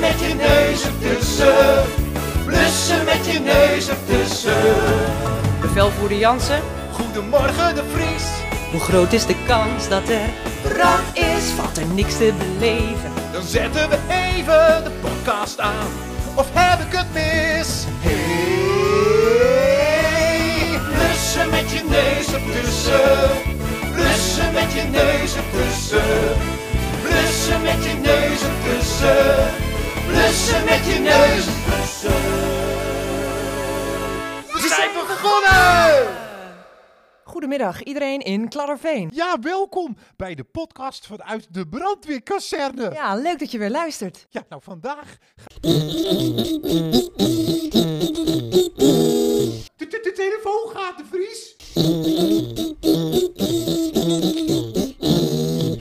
met je neus ertussen. Blussen met je neus ertussen. Bevelvoerder Jansen, Goedemorgen de Vries. hoe groot is de kans dat er Rood is van. valt er niks te beleven? Dan zetten we even de podcast aan. Of heb ik het mis? Hey, blussen met je neus ertussen. Blussen met je neus ertussen. Blussen met je neus ertussen. Blussen met je neus ertussen. We zijn begonnen! Goedemiddag iedereen in Kladderveen. Ja, welkom bij de podcast vanuit de brandweerkazerne. Ja. Ja, leuk dat je weer luistert. nou vandaag. De, de, de telefoon gaat, de Vries.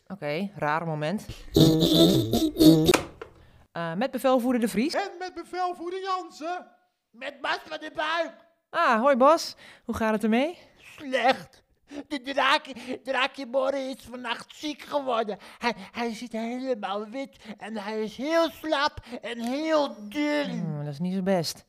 Oké, raar moment. Eh, met bevelvoerder De Vries. En met bevelvoerder Jansen. Met Bas van de Buik. Ah, hoi Bas. Hoe gaat het ermee? Slecht. De draak, draakje Morren is vannacht ziek geworden. Hij, hij zit helemaal wit en hij is heel slap en heel dun. Hmm, dat is niet zo best.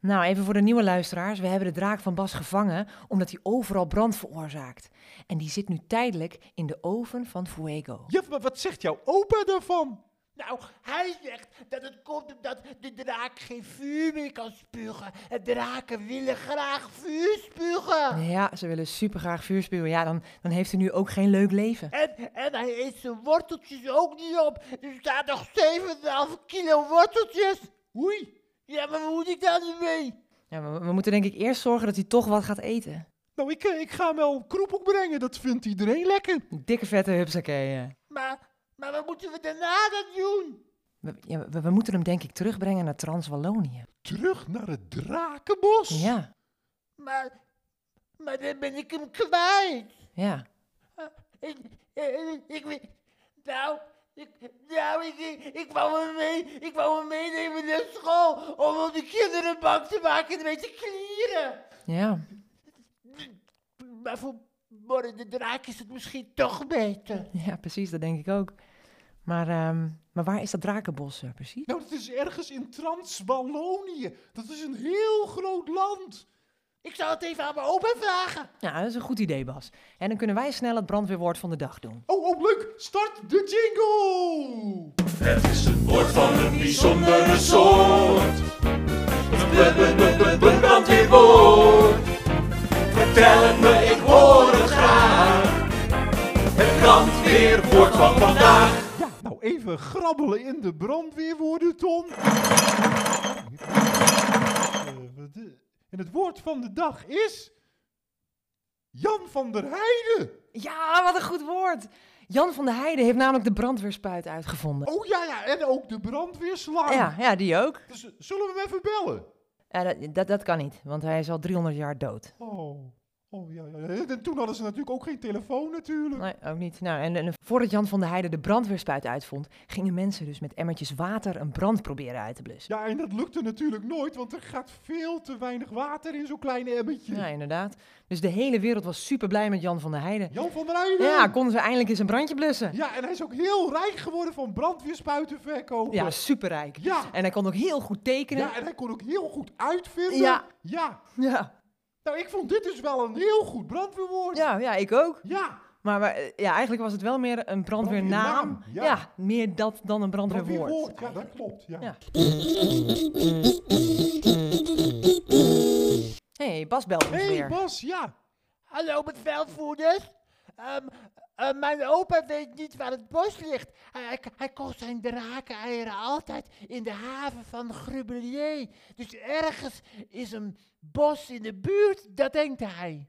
Nou, even voor de nieuwe luisteraars. We hebben de draak van Bas gevangen omdat hij overal brand veroorzaakt. En die zit nu tijdelijk in de oven van Fuego. Juf, maar wat zegt jouw opa daarvan? Nou, hij zegt dat het komt omdat de draak geen vuur meer kan spugen. En draken willen graag vuur spugen. Ja, ze willen supergraag vuur spuwen. Ja, dan, dan heeft hij nu ook geen leuk leven. En, en hij eet zijn worteltjes ook niet op. Er staan nog 7,5 kilo worteltjes. Oei. Ja, maar hoe moet ik daar nu mee? Ja, maar we, we moeten denk ik eerst zorgen dat hij toch wat gaat eten. Nou, ik, eh, ik ga hem wel een kroephoek brengen. Dat vindt iedereen lekker. Dikke vette hupsakee. eh. Maar, maar wat moeten we daarna dan doen? We, ja, we, we moeten hem denk ik terugbrengen naar Trans-Wallonië. Terug naar het drakenbos. Ja, Maar, maar dan ben ik hem kwijt. ja. Ik, ik, ik, weet- nou, ik, nou, ik, ik, ik wou hem mee, ik wou hem meenemen naar school om op de kinderen bang te maken en mee te klieren. Ja, Maar voor Morren de Draak is het misschien toch beter. ja precies, dat denk ik ook. Maar, ehm, maar waar is dat drakenbos eh, precies? Nou, dat is ergens in Trans-Wallonië. Dat is een heel groot land. Ik zal het even aan mijn opa vragen. Nou, dat is een goed idee, Bas. En dan kunnen wij snel het brandweerwoord van de dag doen. Oh, oh, leuk! Start de jingle! Het is een woord van een bijzondere soort. Een brandweerwoord. Vertel het me, ik hoor het graag. Het brandweerwoord van vandaag. Ja, nou even grabbelen in de brandweerwoorden, Tom. En het woord van de dag is... Jan van der Heijden. Ja, wat een goed woord! Jan van der Heijden heeft namelijk de brandweerspuit uitgevonden. Oh ja, ja, en ook de brandweerslang. Ja, ja, die ook. Dus zullen we hem even bellen? Eh, dat, dat, dat kan niet, want hij is al 300 jaar dood. Oh, oh ja, ja. En toen hadden ze natuurlijk ook geen telefoon natuurlijk. Nee, ook niet. Nou, en, en voordat Jan van der Heijden de brandweerspuit uitvond, gingen mensen dus met emmertjes water een brand proberen uit te blussen. Ja, en dat lukte natuurlijk nooit, want er gaat veel te weinig water in zo'n klein emmertje. Ja, inderdaad. Dus de hele wereld was super blij met Jan van der Heijden. Jan van der Heijden. Ja, konden ze eindelijk eens een brandje blussen. Ja, en hij is ook heel rijk geworden van brandweerspuiten verkopen. Ja, superrijk. dus. Ja. En hij kon ook heel goed tekenen. Ja, en hij kon ook heel goed uitvinden. Ja. Ja. Ja, Nou, ik vond dit dus wel een heel goed brandweerwoord. ja, ja, ik ook. Ja. Maar, maar, eh, ja, eigenlijk was het wel meer een brandweernaam. Brandweernaam, ja. meer dat dan een brandweerwoord. Brandweerwoord. Ja, dat klopt. Ja. Ja. Hé, hey, Bas belt ons hey, weer. Bas, ja. Hallo bevelvoerders. Ehm eh, mijn opa weet niet waar het bos ligt. Hij, hij, hij kocht zijn drakeneieren altijd in de haven van Grubelier. Dus ergens is een bos in de buurt, dat denkt hij.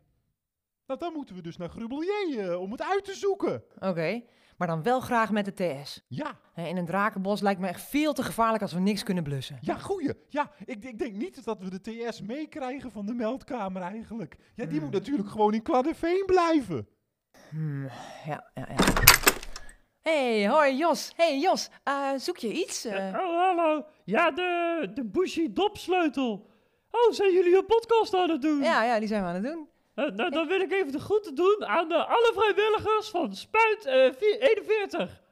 Nou, dan moeten we dus naar Grubelier eh, om het uit te zoeken. Oké, maar dan wel graag met de TS. Ja, Hè, In een drakenbos lijkt me echt veel te gevaarlijk als we niks kunnen blussen. ja, goeie. Ja, ik, ik denk niet dat we de TS meekrijgen van de meldkamer eigenlijk. Ja, die moet natuurlijk gewoon in Kladderveen blijven. Hmm, ja, ja, ja. hey, hoi Jos. hey, Jos, eh, zoek je iets? Eh, Hallo, oh, hallo. Ja, de, de Bushy Dopsleutel. Oh, zijn jullie een podcast aan het doen? ja, ja, die zijn we aan het doen. Eh, nou, dan wil ik even de groeten doen aan eh, alle vrijwilligers van Spuit eh, vi- 41.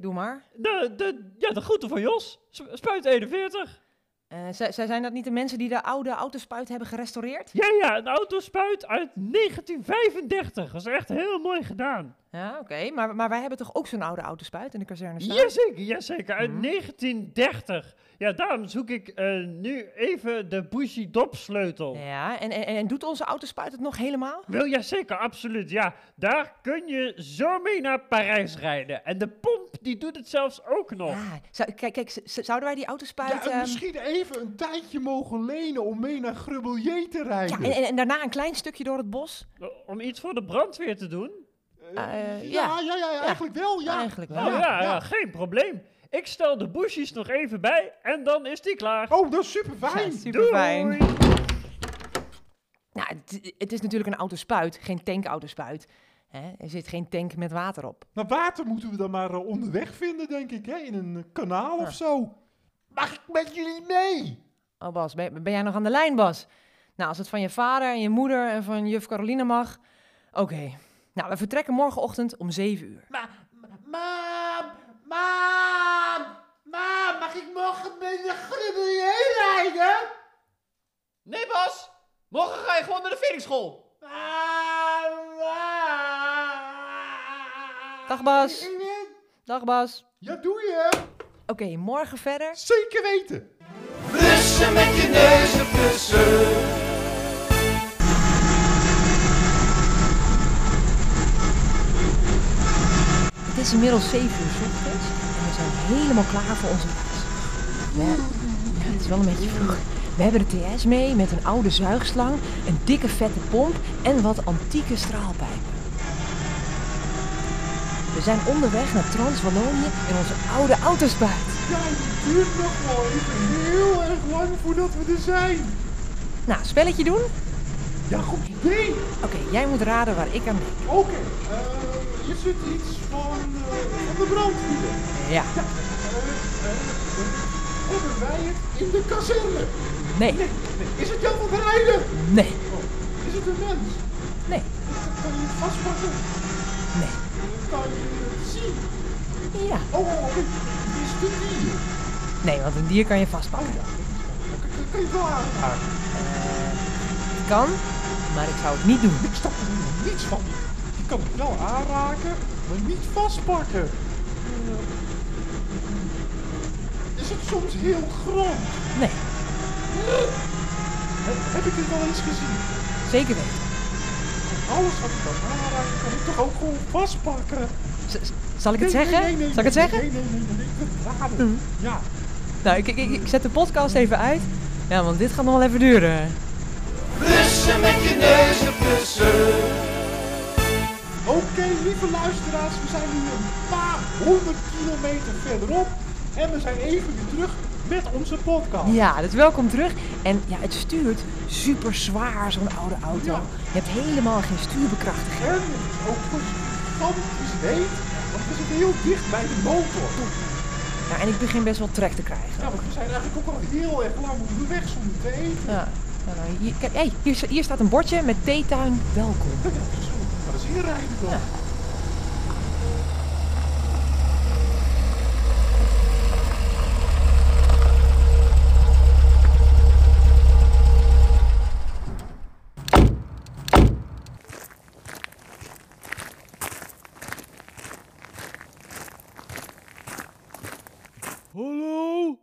doe maar. De, de, ja, de groeten van Jos. Sp- Spuit 41. Eh, z- z- zijn dat niet de mensen die de oude autospuit hebben gerestaureerd? Ja, ja, een autospuit uit 1935. Dat is echt heel mooi gedaan. Ja, oké. Maar, maar wij hebben toch ook zo'n oude autospuit in de kazerne staan? Jazeker, jazeker. Uit Mhm. 1930. Ja, daarom zoek ik eh, nu even de Bushy dopsleutel. Ja, en, en, en doet onze autospuit het nog helemaal? Wil jij zeker, absoluut. Ja, daar kun je zo mee naar Parijs rijden. En de pomp, die doet het zelfs ook nog. Ah, zou, kijk, kijk, z- z- zouden wij die autospuit... Ja, en ehm, misschien even een tijdje mogen lenen om mee naar Grubbelier te ja, rijden. en, en, en daarna een klein stukje door het bos? Eh, Om iets voor de brandweer te doen. Eh, eh, ja, ja, ja, ja, ja. eigenlijk wel, ja. Eigenlijk wel. Oh ja, ja, ja. geen probleem. Ik stel de bushies nog even bij en dan is die klaar. Oh, dat is super fijn. Ja, super Doei! fijn. Nou, het, het is natuurlijk een autospuit, geen tankautospuit. Hè, er zit geen tank met water op. Nou, water moeten we dan maar eh, onderweg vinden, denk ik, hè? in een eh, kanaal Ja. of zo. Mag ik met jullie mee? Oh Bas, ben, ben jij nog aan de lijn, Bas? Nou, als het van je vader en je moeder en van juf Caroline mag... Oké. Nou, we vertrekken morgenochtend om 7 uur. Maar, mam, mam, mam, mag ik morgen met de grubbelier rijden? Nee, Bas. Morgen ga je gewoon naar de veringsschool. Mam, mam. Dag Bas. Ik wil- Dag Bas. Ja, doe je. hè? Oké, morgen verder. Zeker weten. Blussen met je neus op kussen. Het is inmiddels 7 uur 's ochtends en we zijn helemaal klaar voor onze reis. We- Ja, het is wel een beetje vroeg. We hebben de TS mee met een oude zuigslang, een dikke vette pomp en wat antieke straalpijpen. We zijn onderweg naar Trans-Wallonië in onze oude autospuit. Ja, het duurt nog wel even heel erg lang voordat we er zijn. Nou, spelletje doen? Ja, goed idee. Oké, jij moet raden waar ik aan denk. Oké, eh, is het iets van, eh, van de brandweer? Ja, Eh, eh, eh, hebben wij het in de kazerne? nee, Nee, nee. Is het Jan van der Heijden? nee, Is het een mens? nee, Kan je het vastpakken? nee. Kan je het zien? Ja, Oh, oh, oké. Het is de dier. nee, want een dier kan je vastpakken. Eh, Oh ja, dat is waar. Kan- kan- kan je het wel aanraken? Het kan, maar ik zou het niet doen. Ik snap er helemaal niets van. Je kan het wel Nou, aanraken, maar niet vastpakken. Eh, Is het soms heel groot? Nee, He- Heb ik dit wel eens gezien? zeker weten. Alles wat ik kan aanraken, kan ik toch ook gewoon vastpakken? Z- z- Zal ik het Nee, nee, zeggen? nee, nee, Zal ik het nee, zeggen? Nee, nee, nee, nee, nee, ik wil het raden. Ja. Nou, ik, ik, ik ik zet de podcast even uit. Ja, want dit gaat nog wel even duren. Blussen met je neus op kussen. Oké, lieve luisteraars, we zijn nu een paar honderd kilometer verderop. En we zijn even weer terug met onze podcast. Ja, dus welkom terug. En ja, het stuurt super zwaar, zo'n oude auto. Ja. Je hebt helemaal geen stuurbekrachtiging. En het is ook dus gigantisch heet, want we zitten heel dicht bij de motor. Nou, en ik begin best wel trek te krijgen. Ja, want we zijn eigenlijk ook al heel erg lang onderweg zonder te eten. Ja. Nou, nou, hier, kijk, hey, hier, sta- hier staat een bordje met theetuin welkom. Ja, dus we gaan maar eens inrijden dan. Hallo?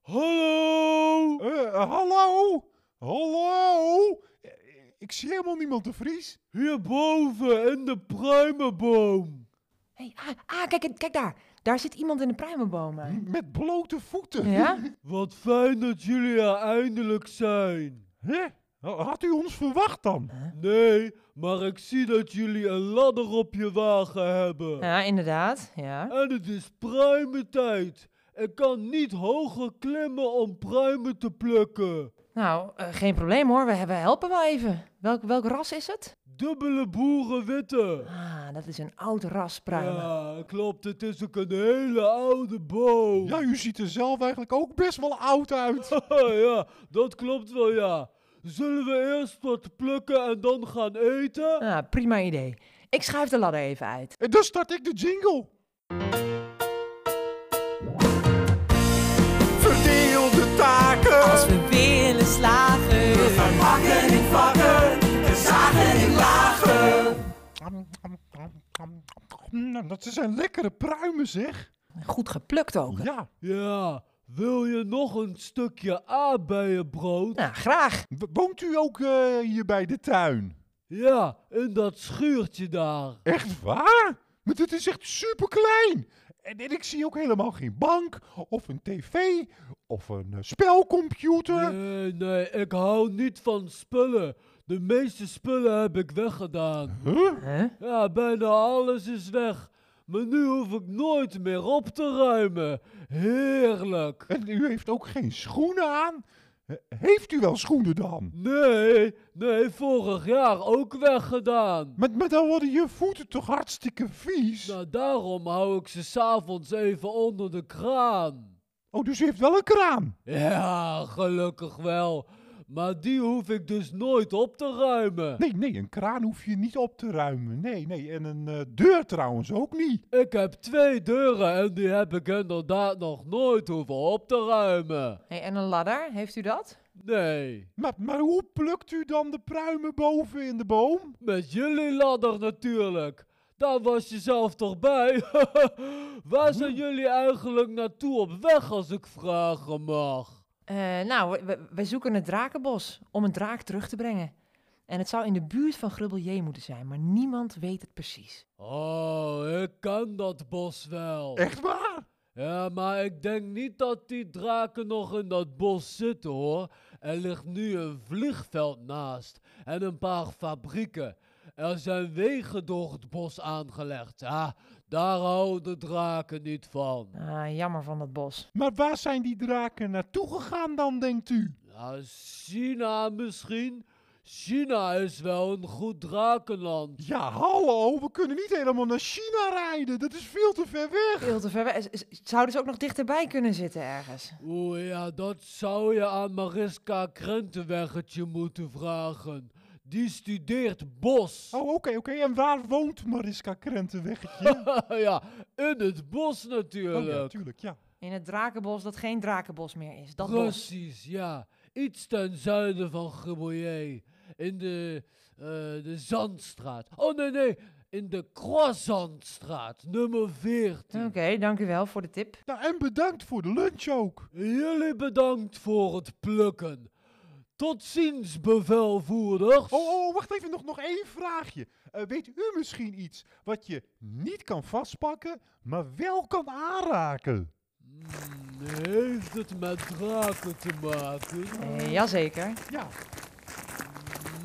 Hallo? Eh, eh, hallo? Hallo? Eh, Ik zie helemaal niemand de Vries. Hierboven in de pruimenboom. Hey, ah, ah, kijk, kijk daar. Daar zit iemand in de pruimenbomen. Met blote voeten. Ja? Wat fijn dat jullie er eindelijk zijn. Hè? Had u ons verwacht dan? Nee, maar ik zie dat jullie een ladder op je wagen hebben. Ja, inderdaad. Ja. En het is pruimentijd. Ik kan niet hoger klimmen om pruimen te plukken. Nou, eh, geen probleem hoor. We, we helpen wel even. Welk, welk ras is het? Dubbele boerenwitte. Ah, dat is een oud ras pruimen. Ja, klopt. Het is ook een hele oude boom. Ja, u ziet er zelf eigenlijk ook best wel oud uit. ja, dat klopt wel, ja. Zullen we eerst wat plukken en dan gaan eten? Ah, prima idee. Ik schuif de ladder even uit. En dan start ik de jingle. Nou, dat zijn lekkere pruimen, zeg. Goed geplukt ook. Ja, Ja, wil je nog een stukje aardbeienbrood? Nou, graag. W- woont u ook eh, hier bij de tuin? Ja, in dat schuurtje daar. Echt waar? Maar dit is echt super klein. En, en ik zie ook helemaal geen bank, of een tv, of een eh, spelcomputer. Nee, nee, ik hou niet van spullen. De meeste spullen heb ik weggedaan. Huh? Ja, bijna alles is weg. Maar nu hoef ik nooit meer op te ruimen. Heerlijk. En u heeft ook geen schoenen aan. Eh, Heeft u wel schoenen dan? Nee, nee, vorig jaar ook weggedaan. Maar, maar dan worden je voeten toch hartstikke vies? Nou, daarom hou ik ze s'avonds even onder de kraan. Oh, dus u heeft wel een kraan. Ja, gelukkig wel. Maar die hoef ik dus nooit op te ruimen. Nee, nee, een kraan hoef je niet op te ruimen. Nee, nee, en een eh, deur trouwens ook niet. Ik heb twee deuren en die heb ik inderdaad nog nooit hoeven op te ruimen. Hey, en een ladder, heeft u dat? Nee, Maar, maar hoe plukt u dan de pruimen boven in de boom? met jullie ladder natuurlijk. Daar was je zelf toch bij? Waar zijn jullie eigenlijk naartoe op weg als ik vragen mag? Eh, nou, we- we, we zoeken het drakenbos om een draak terug te brengen. En het zou in de buurt van Grubbelje moeten zijn, maar niemand weet het precies. Oh, ik ken dat bos wel. Echt waar? Ja, maar ik denk niet dat die draken nog in dat bos zitten hoor. Er ligt nu een vliegveld naast en een paar fabrieken. Er zijn wegen door het bos aangelegd. Ah, daar houden de draken niet van. Ah, jammer van dat bos. Maar waar zijn die draken naartoe gegaan dan, denkt u? Nou, China misschien? China is wel een goed drakenland. Ja, hallo, Oh, we kunnen niet helemaal naar China rijden. Dat is veel te ver weg. Veel te ver weg. Z- z- Zouden ze ook nog dichterbij kunnen zitten ergens? Oeh Oh ja, dat zou je aan Mariska Krentenweggetje moeten vragen. Die studeert bos. Oh, oké, oké. En waar woont Mariska Krentenweggetje? ja, in het bos Oh, ja, natuurlijk. tuurlijk, ja. In het drakenbos dat geen drakenbos meer is. Dat bos. Precies, ja. Iets ten zuiden van Gribouillet. In de, eh, de Zandstraat. Oh nee, nee. In de Croissantstraat, nummer 14. Oké, dank u wel voor de tip. Nou, en bedankt voor de lunch ook. Jullie bedankt voor het plukken. Tot ziens, bevelvoerders. Oh, oh, wacht even, nog, nog één vraagje. Eh, weet u misschien iets wat je niet kan vastpakken, maar wel kan aanraken? Hmm, Heeft het met draken te maken? Eh, jazeker. Ja,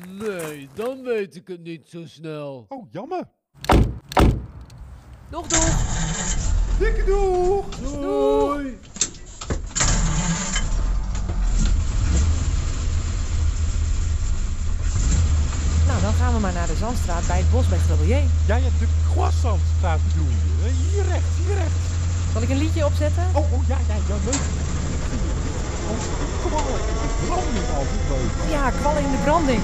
Nee, dan weet ik het niet zo snel. oh, jammer. Doeg, doeg. Dikke doeg! Doei. Nou, dan gaan we maar naar de Zandstraat bij het bos bij Grubbelje. Ja, ja, de croissant staat bedoel je. Eh, Hier rechts, hier rechts. Zal ik een liedje opzetten? Oh, oh, ja, ja, ja, leuk. Oh, kom op, ik vind de branding altijd leuk. Ja, kwallen in de branding.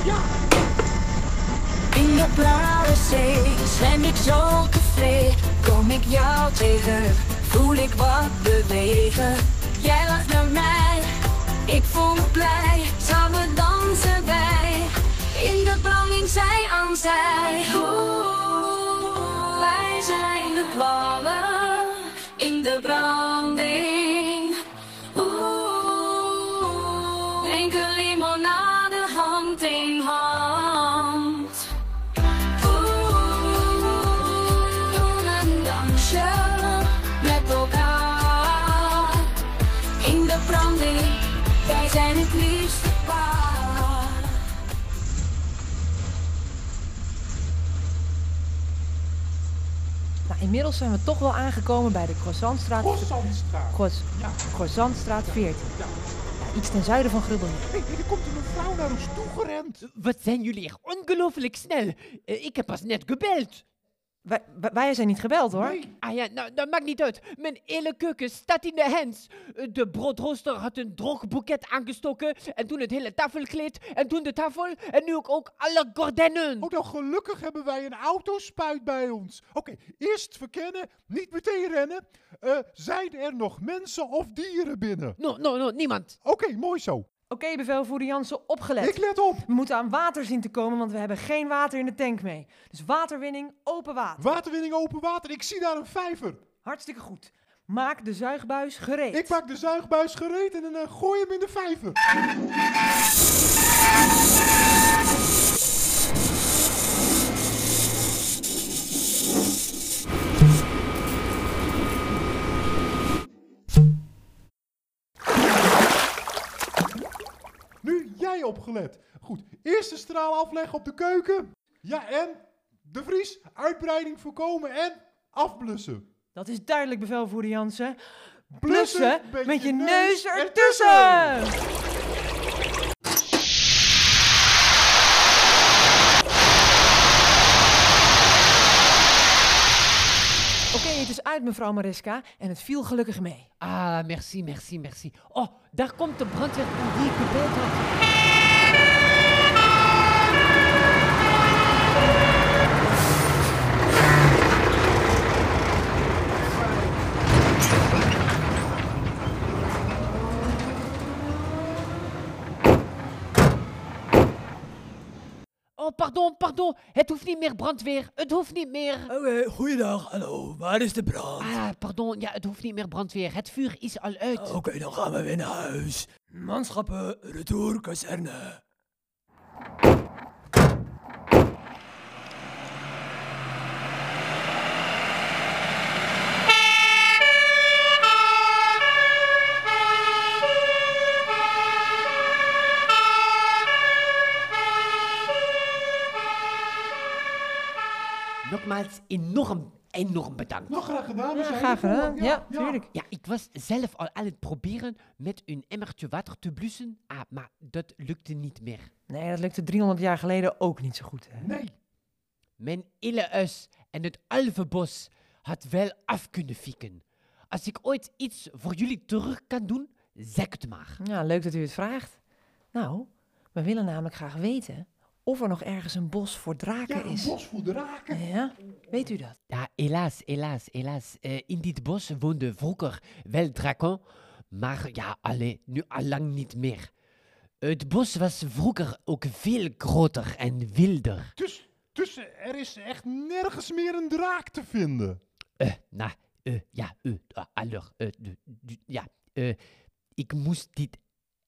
In de blauwe zee zwem ik zo tevreden. Kom ik jou tegen, voel ik wat bewegen. Jij lacht naar mij, ik voel me blij. Samen dansen wij, in de branding zij aan zij. Oeh, wij zijn de plannen, in de branding. Oeh, enkel limonade hand in hand. Oeh, doen een dansje met elkaar. In de branding, wij zijn het liefste paar. Nou, inmiddels zijn we toch wel aangekomen bij de Croissantstraat. Croissantstraat. Croiss- Ja. Croissantstraat 14. Ja. Ja, iets ten zuiden van Grubbelje. Hé, hey, er komt een mevrouw naar ons toegerend. Wat zijn jullie echt ongelooflijk snel. Eh, ik heb pas net gebeld. Wij, wij- wij zijn niet gebeld hoor. Ah ja, nou, dat maakt niet uit. Mijn hele keuken staat in de hens. Eh, De broodrooster had een droog boeket aangestoken. En toen het hele tafelkleed. En toen de tafel. En nu ook, ook alle gordijnen. Oh, nou gelukkig hebben wij een autospuit bij ons. Oké, eerst verkennen, niet meteen rennen. Eh, zijn er nog mensen of dieren binnen? No, no, no, niemand. Oké, mooi zo. Oké, bevelvoerder Jansen, opgelet. Ik let op. We moeten aan water zien te komen, want we hebben geen water in de tank mee. Dus waterwinning, open water. Waterwinning open water. Ik zie daar een vijver. Hartstikke goed. Maak de zuigbuis gereed. Ik pak de zuigbuis gereed en eh, gooi hem in de vijver. Nu jij opgelet. Goed, eerste straal afleggen op de keuken. Ja, en de vries, uitbreiding voorkomen en afblussen. Dat is duidelijk, bevelvoerder Jansen. Blussen Blussen met met je je neus neus ertussen. ertussen! Oké, het is uit, mevrouw Mariska. En het viel gelukkig mee. Ah, merci, merci, merci. Oh, daar komt de brandweer van die ik gebeld had. Oh, Pardon, pardon. Het hoeft niet meer brandweer. Het hoeft niet meer. goeiedag, hallo. Waar is de brand? Ah, pardon. Ja, het hoeft niet meer brandweer. Het vuur is al uit. Oké, dan gaan we weer naar huis. Manschappen, retour, kazerne. Nogmaals, enorm, enorm bedankt. Nog graag gedaan. we zijn Graag er voor. gedaan. Ja, tuurlijk. Ja, ik was zelf al aan het proberen met een emmertje water te blussen. Ah, maar dat lukte niet meer. Nee, dat lukte 300 jaar geleden ook niet zo goed. Hè? Nee. Mijn ille us en het alvenbos had wel af kunnen fikken. Als ik ooit iets voor jullie terug kan doen, zeg het maar. Ja, leuk dat u het vraagt. Nou, we willen namelijk graag weten of er nog ergens een bos voor draken Ja, een is. bos voor de raken. Ja, weet u dat? Ja, helaas, helaas, helaas. Eh, in dit bos woonde vroeger wel draken, maar ja, allee, nu allang niet meer. Het bos was vroeger ook veel groter en wilder. Dus, dus er is echt nergens meer een draak te vinden. Eh, nou, eh, ja, eh, ah, alors, eh, du- du- ja, eh, ik moest dit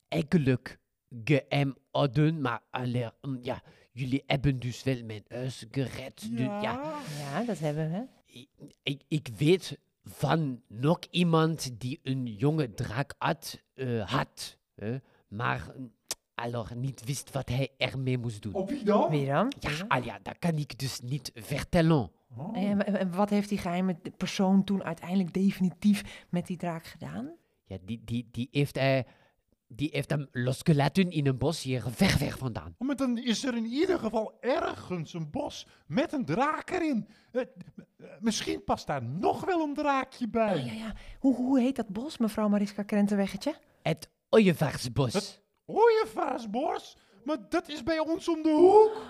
eigenlijk geheim houden, maar allee, mm, ja, jullie hebben dus wel mijn huis gered. du- ja, Ja, dat hebben we. I- ik, ik weet van nog iemand die een jonge draak had, eh, had hè, maar mm, alors niet wist wat hij ermee moest doen. Op wie dan? Wie dan? Ja, al ja, dat kan ik dus niet vertellen. Oh. En, en- en wat heeft die geheime d- persoon toen uiteindelijk definitief met die draak gedaan? Ja, die, die, die, heeft hij, die heeft hem losgelaten in een bos hier ver, ver vandaan. Maar dan is er in ieder geval ergens een bos met een draak erin. Eh, eh, misschien past daar nog wel een draakje bij. Oh, Ja, ja. Hoe, hoe heet dat bos, mevrouw Mariska Krentenweggetje? Het ooievaarsbos. Wat? Ooievaarsbos? Oh, Maar dat is bij ons om de hoek.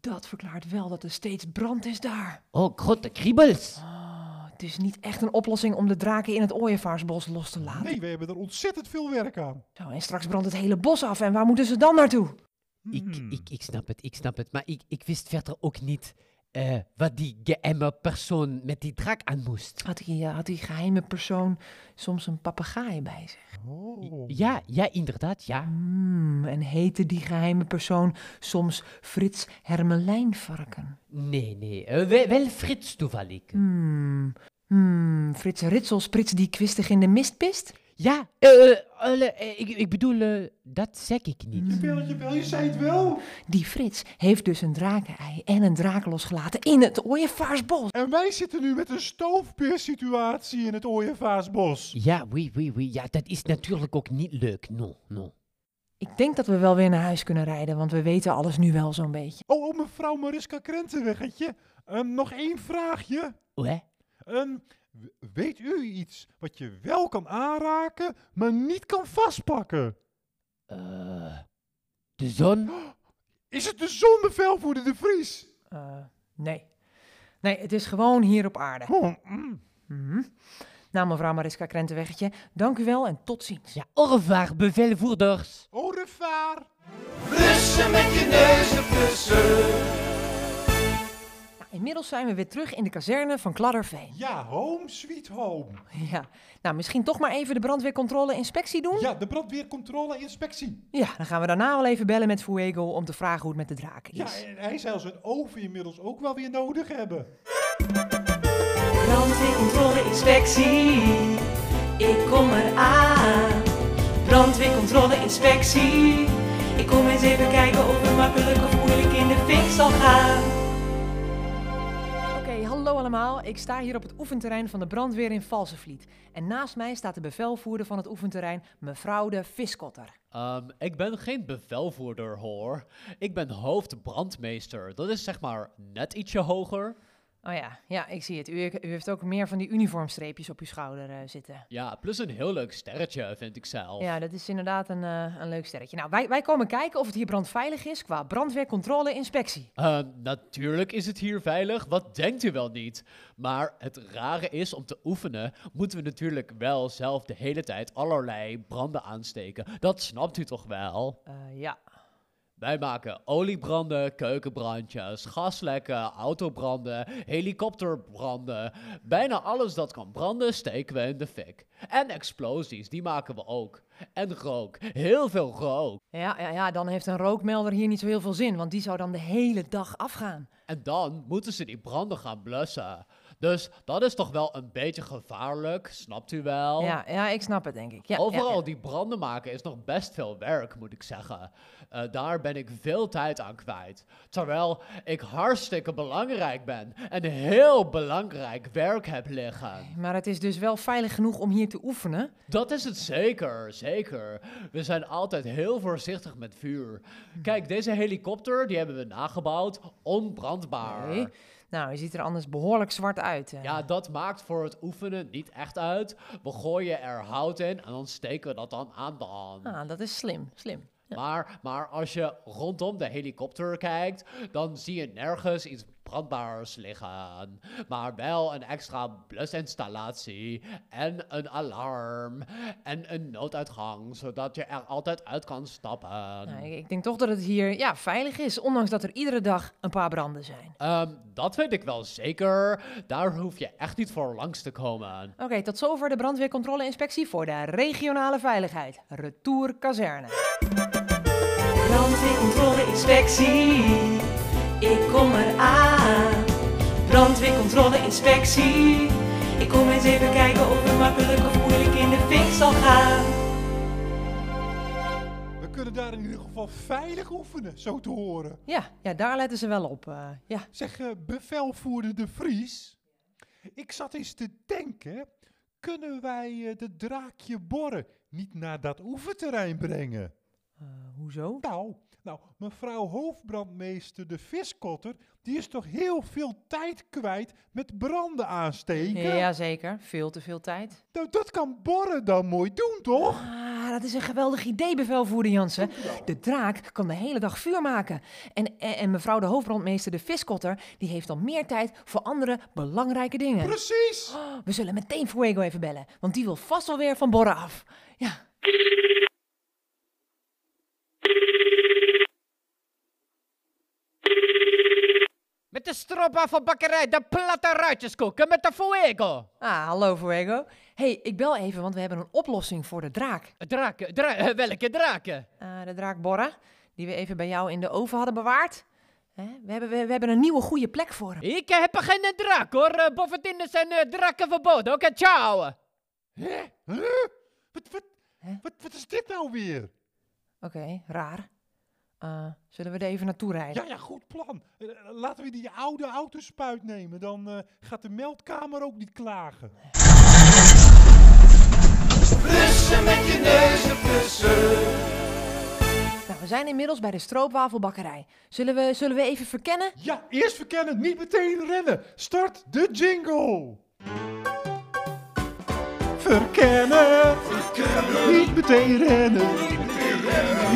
Dat verklaart wel dat er steeds brand is daar. Oh, grote kriebels. Oh, het is niet echt een oplossing om de draken in het ooievaarsbos los te laten. Nee, we hebben er ontzettend veel werk aan. Zo, en straks brandt het hele bos af en waar moeten ze dan naartoe? Hmm. Ik, ik, ik snap het, ik snap het. Maar ik, ik wist verder ook niet eh, wat die geheime persoon met die draak aan moest. Had die, eh, had die geheime persoon soms een papegaai bij zich? Oh. Ja, ja, inderdaad, ja. Hmm, en heette die geheime persoon soms Frits Hermelijnvarken? Nee, nee, eh, wel, wel Frits toevallig. Hmm, hmm, Frits Ritsels, Prits die kwistig in de mist pist? Ja, eh, eh, alle- eh, ik, ik bedoel, eh, dat zeg ik niet. Jawel, jawel, je zei het wel. Hmm. Die Frits heeft dus een drakenei en een draak losgelaten in het ooievaarsbos. En wij zitten nu met een stoofpeersituatie in het Ooievaarsbos. Ja, oui, oui, oui, ja, dat is natuurlijk ook niet leuk, no, no. Ik denk dat we wel weer naar huis kunnen rijden, want we weten alles nu wel zo'n beetje. Oh, oh, mevrouw Mariska Krentenweggetje. Ehm, nog één vraagje. Hè? Ehm, w- weet u iets wat je wel kan aanraken, maar niet kan vastpakken? Eh, de zon? Is het de zonnevelvoerder de Vries? Eh, nee. Nee, het is gewoon hier op aarde. Oh, mm. Mhm. Nou, mevrouw Mariska Krentenweggetje, dank u wel en tot ziens. Ja, au revoir, bevelvoerders. Au luchtvaart. Blussen met je neus op kussen. Nou, inmiddels zijn we weer terug in de kazerne van Kladderveen. Ja, home sweet home. Ja, nou misschien toch maar even de brandweercontrole-inspectie doen? Ja, de brandweercontrole-inspectie. e- Ja, dan gaan we daarna wel even bellen met Fuego om te vragen hoe het met de draak Ja, is. en hij zou zijn oven inmiddels ook wel weer nodig hebben. Brandweercontrole-inspectie, ik kom eraan. Brandweercontrole-inspectie, ik kom eens even kijken of het makkelijk of moeilijk in de fik zal gaan. Oké, hallo allemaal. Ik sta hier op het oefenterrein van de brandweer in Valsenvliet. En naast mij staat de bevelvoerder van het oefenterrein, mevrouw de Viskotter. Ehm, ik ben geen bevelvoerder hoor. Ik ben hoofdbrandmeester. Dat is zeg maar net ietsje hoger. Oh ja, ja, ik zie het. U, u heeft ook meer van die uniformstreepjes op uw schouder eh, zitten. Ja, plus een heel leuk sterretje vind ik zelf. Ja, dat is inderdaad een, eh, een leuk sterretje. Nou, wij, wij komen kijken of het hier brandveilig is qua brandweercontrole-inspectie. Ehm, natuurlijk is het hier veilig, wat denkt u wel niet? Maar het rare is, om te oefenen, moeten we natuurlijk wel zelf de hele tijd allerlei branden aansteken. Dat snapt u toch wel? Eh, ja, Wij maken oliebranden, keukenbrandjes, gaslekken, autobranden, helikopterbranden. Bijna alles dat kan branden steken we in de fik. En explosies, die maken we ook. En rook, heel veel rook. Ja, ja, ja, dan heeft een rookmelder hier niet zo heel veel zin, want die zou dan de hele dag afgaan. En dan moeten ze die branden gaan blussen. Dus dat is toch wel een beetje gevaarlijk, snapt u wel? Ja, ja, ik snap het, denk ik. Ja, ja, Overal, ja. die branden maken is nog best veel werk, moet ik zeggen. Eh, daar ben ik veel tijd aan kwijt. Terwijl ik hartstikke belangrijk ben en heel belangrijk werk heb liggen. Maar het is dus wel veilig genoeg om hier te oefenen. Dat is het zeker, zeker. We zijn altijd heel voorzichtig met vuur. Kijk, deze helikopter, die hebben we nagebouwd, onbrandbaar. Oké. Nou, je ziet er anders behoorlijk zwart uit. eh. Ja, dat maakt voor het oefenen niet echt uit. We gooien er hout in en dan steken we dat dan aan de hand. Ah, dat is slim, slim. Maar, maar als je rondom de helikopter kijkt, dan zie je nergens iets brandbaars liggen. Maar wel een extra blusinstallatie en een alarm en een nooduitgang, zodat je er altijd uit kan stappen. Nou, ik, ik denk toch dat het hier ja, veilig is, ondanks dat er iedere dag een paar branden zijn. Ehm, dat vind ik wel zeker. Daar hoef je echt niet voor langs te komen. Oké, tot zover de brandweercontrole-inspectie voor de regionale veiligheid. Retour kazerne. Brandweercontrole-inspectie, ik kom eraan. Brandweercontrole-inspectie, ik kom eens even kijken of het makkelijk of moeilijk in de fik zal gaan. We kunnen daar in ieder geval veilig oefenen, zo te horen. Ja, ja, daar letten ze wel op. eh, ja. Zeg, eh, bevelvoerder De Vries. Ik zat eens te denken, kunnen wij eh, de draakje borren niet naar dat oefenterrein brengen? Eh, hoezo? Nou, nou, mevrouw hoofdbrandmeester De Viskotter, die is toch heel veel tijd kwijt met branden aansteken? Jazeker, veel te veel tijd. Nou, dat kan borren dan mooi doen, toch? Ah, dat is een geweldig idee, bevelvoerder Jansen. De draak kan de hele dag vuur maken. En, en, en mevrouw de hoofdbrandmeester, de viskotter, die heeft dan meer tijd voor andere belangrijke dingen. Oh, Precies! We zullen meteen Fuego even bellen, want die wil vast wel weer van Borren af. Ja. Met de stroopwafel van bakkerij, de platte ruitjeskoeken met de Oh. fuego. Ah, hallo Fuego. hey, ik bel even, want we hebben een oplossing voor de draak. Draken, eh, dra- eh, welke draken? Eh, de draak Borren, die we even bij jou in de oven hadden bewaard. Hè, we, hebben, we, we hebben een nieuwe goede plek voor hem. Ik heb geen eh, draak hoor. Eh, Bovendien zijn eh, draken verboden. Oké, ciao. Huh? Wat, wat, Hè? wat, wat is dit nou weer? Oké, raar. Eh, zullen we er even naartoe rijden? Ja, ja, goed plan. Eh, eh, Laten we die oude autospuit nemen. Dan eh, gaat de meldkamer ook niet klagen. Blussen met je neus op kussen. Nou, we zijn inmiddels bij de stroopwafelbakkerij. Zullen we, zullen we even verkennen? Ja, eerst verkennen, niet meteen rennen. Start de jingle. Verkennen, niet meteen rennen.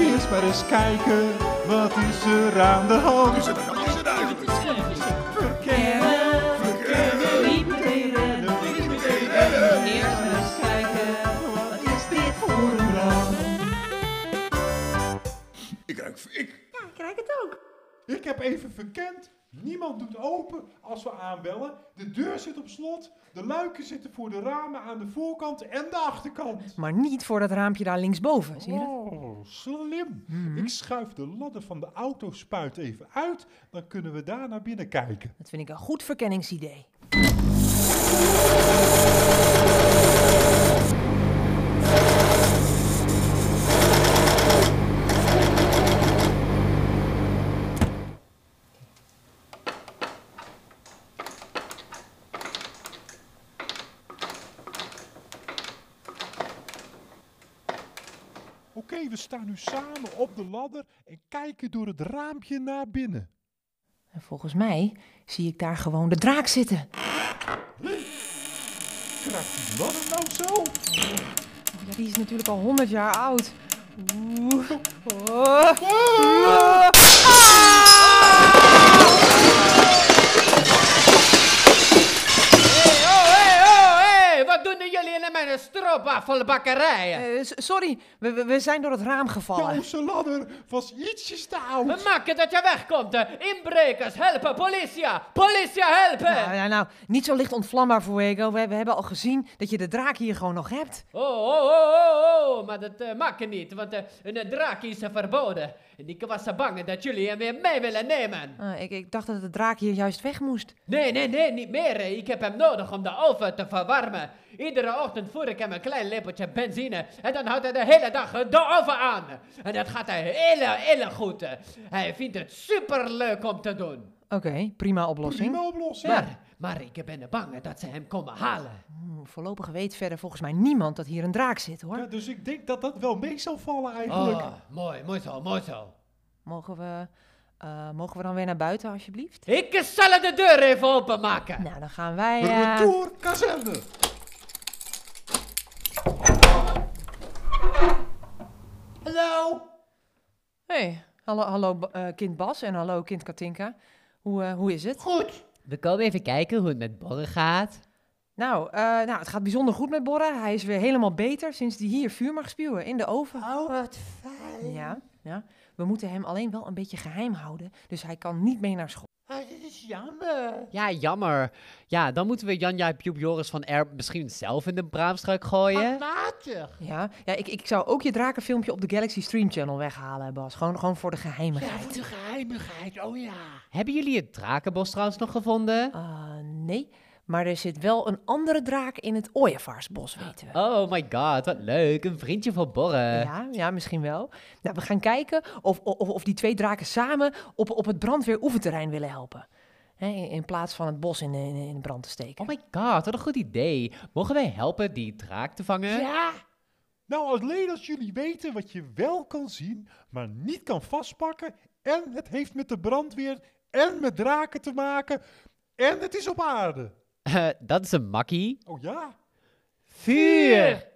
Eerst maar eens kijken, wat is er aan de hand? Verkennen, Niet meteen rennen, eerst maar eens kijken, wat is dit voor een brand? Ik ruik fik. Ja, ik ruik het ook. Ik heb even verkend. Niemand doet open als we aanbellen. De deur zit op slot. De luiken zitten voor de ramen aan de voorkant en de achterkant. Maar niet voor dat raampje daar linksboven, zie je dat? Mhm. Oh, slim. Ik schuif de ladder van de autospuit even uit. Dan kunnen we daar naar binnen kijken. Dat vind ik een goed verkenningsidee. Oké, we staan nu samen op de ladder en kijken door het raampje naar binnen. En volgens mij zie ik daar gewoon de draak zitten. Kraakt die ladder nou zo? Oh, ja, die is natuurlijk al 100 jaar oud. Oeh. Oh. Hey, oh, hey, oh, hey. Wat doen jullie in mijn stroopwafelbakkerijen? Eh, s- sorry, we, we, we zijn door het raam gevallen. Jouwse ladder was ietsjes te We oud. maken dat je wegkomt. eh. Inbrekers, helpen, politia. Politia, Nou, helpen. nou, nou, niet zo licht ontvlambaar, Fuego. We, we hebben al gezien dat je de draak hier gewoon nog hebt. Oh, oh, oh, oh, oh. Maar dat eh, maakt niet, want eh, een draak is eh, verboden. En ik was eh, bang dat jullie hem weer mee willen nemen. Ah, ik, ik dacht dat de draak hier juist weg moest. Nee, nee, nee, niet meer. eh. Ik heb hem nodig om de oven te verwarmen. Iedere ochtend voer ik hem een klein lepeltje benzine. En dan houdt hij de hele dag eh, de oven aan. En dat gaat hij heel, heel goed. eh. Hij vindt het superleuk om te doen. Oké, prima oplossing. Prima oplossing. Maar, maar ik ben bang dat ze hem komen halen. Hm, Voorlopig weet verder volgens mij niemand dat hier een draak zit, hoor. Ja, dus ik denk dat dat wel mee zal vallen eigenlijk. Oh, mooi, mooi zo, mooi zo. Mogen we, eh, mogen we dan weer naar buiten, alsjeblieft? Ik zal de deur even openmaken. Nou, dan gaan wij... eh, Retour kazerne. Hallo? hey, hallo, hallo Ba- eh, kind Bas en hallo kind Katinka. Hoe, eh, hoe is het? Goed. We komen even kijken hoe het met Borre gaat. Nou, eh, nou, het gaat bijzonder goed met Borre. Hij is weer helemaal beter sinds hij hier vuur mag spuwen in de oven. Oh, wat fijn. Ja, ja. We moeten hem alleen wel een beetje geheim houden, dus hij kan niet mee naar school. Ah, dit is jammer. Ja, jammer. Ja, dan moeten we Janja Pjoep Joris van Er misschien zelf in de braamstruik gooien. Matig. Ja, ja ik, ik zou ook je drakenfilmpje op de Galaxy Stream Channel weghalen, Bas. Gewoon, gewoon voor de Ja, geheimigheid. voor de geheimigheid. Oh ja. Hebben jullie het drakenbos trouwens nog gevonden? Ah, nee, maar er zit wel een andere draak in het ooievaarsbos, weten we. Oh my god, wat leuk. Een vriendje van Borre. Ja, ja, misschien wel. Nou, we gaan kijken of, of, of die twee draken samen op, op het brandweeroefenterrein willen helpen. Hè, in, in plaats van het bos in, in, in brand te steken. Oh my god, wat een goed idee. Mogen wij helpen die draak te vangen? Ja. Nou, alleen als jullie weten wat je wel kan zien, maar niet kan vastpakken. En het heeft met de brandweer en met draken te maken. En het is op aarde. dat is een makkie. Oh ja. Vuur!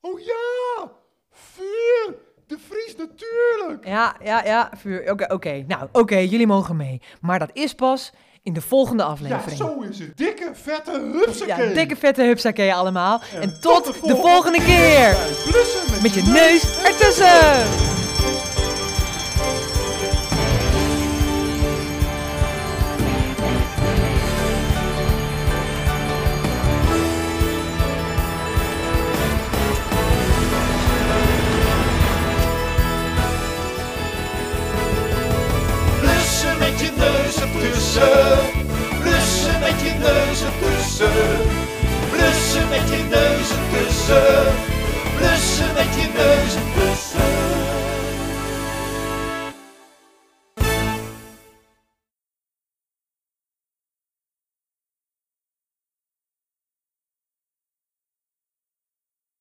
Oh ja. Vuur. De Vries natuurlijk. Ja, ja, ja. Vuur. Oké, oké. Nou, oké, jullie mogen mee. Maar dat is pas in de volgende Ja, aflevering. zo is het. Dikke, vette hupsakee. Ja, dikke vette hupsakee allemaal. En, tot, tot de de volgende keer. Blussen Met je neus ertussen.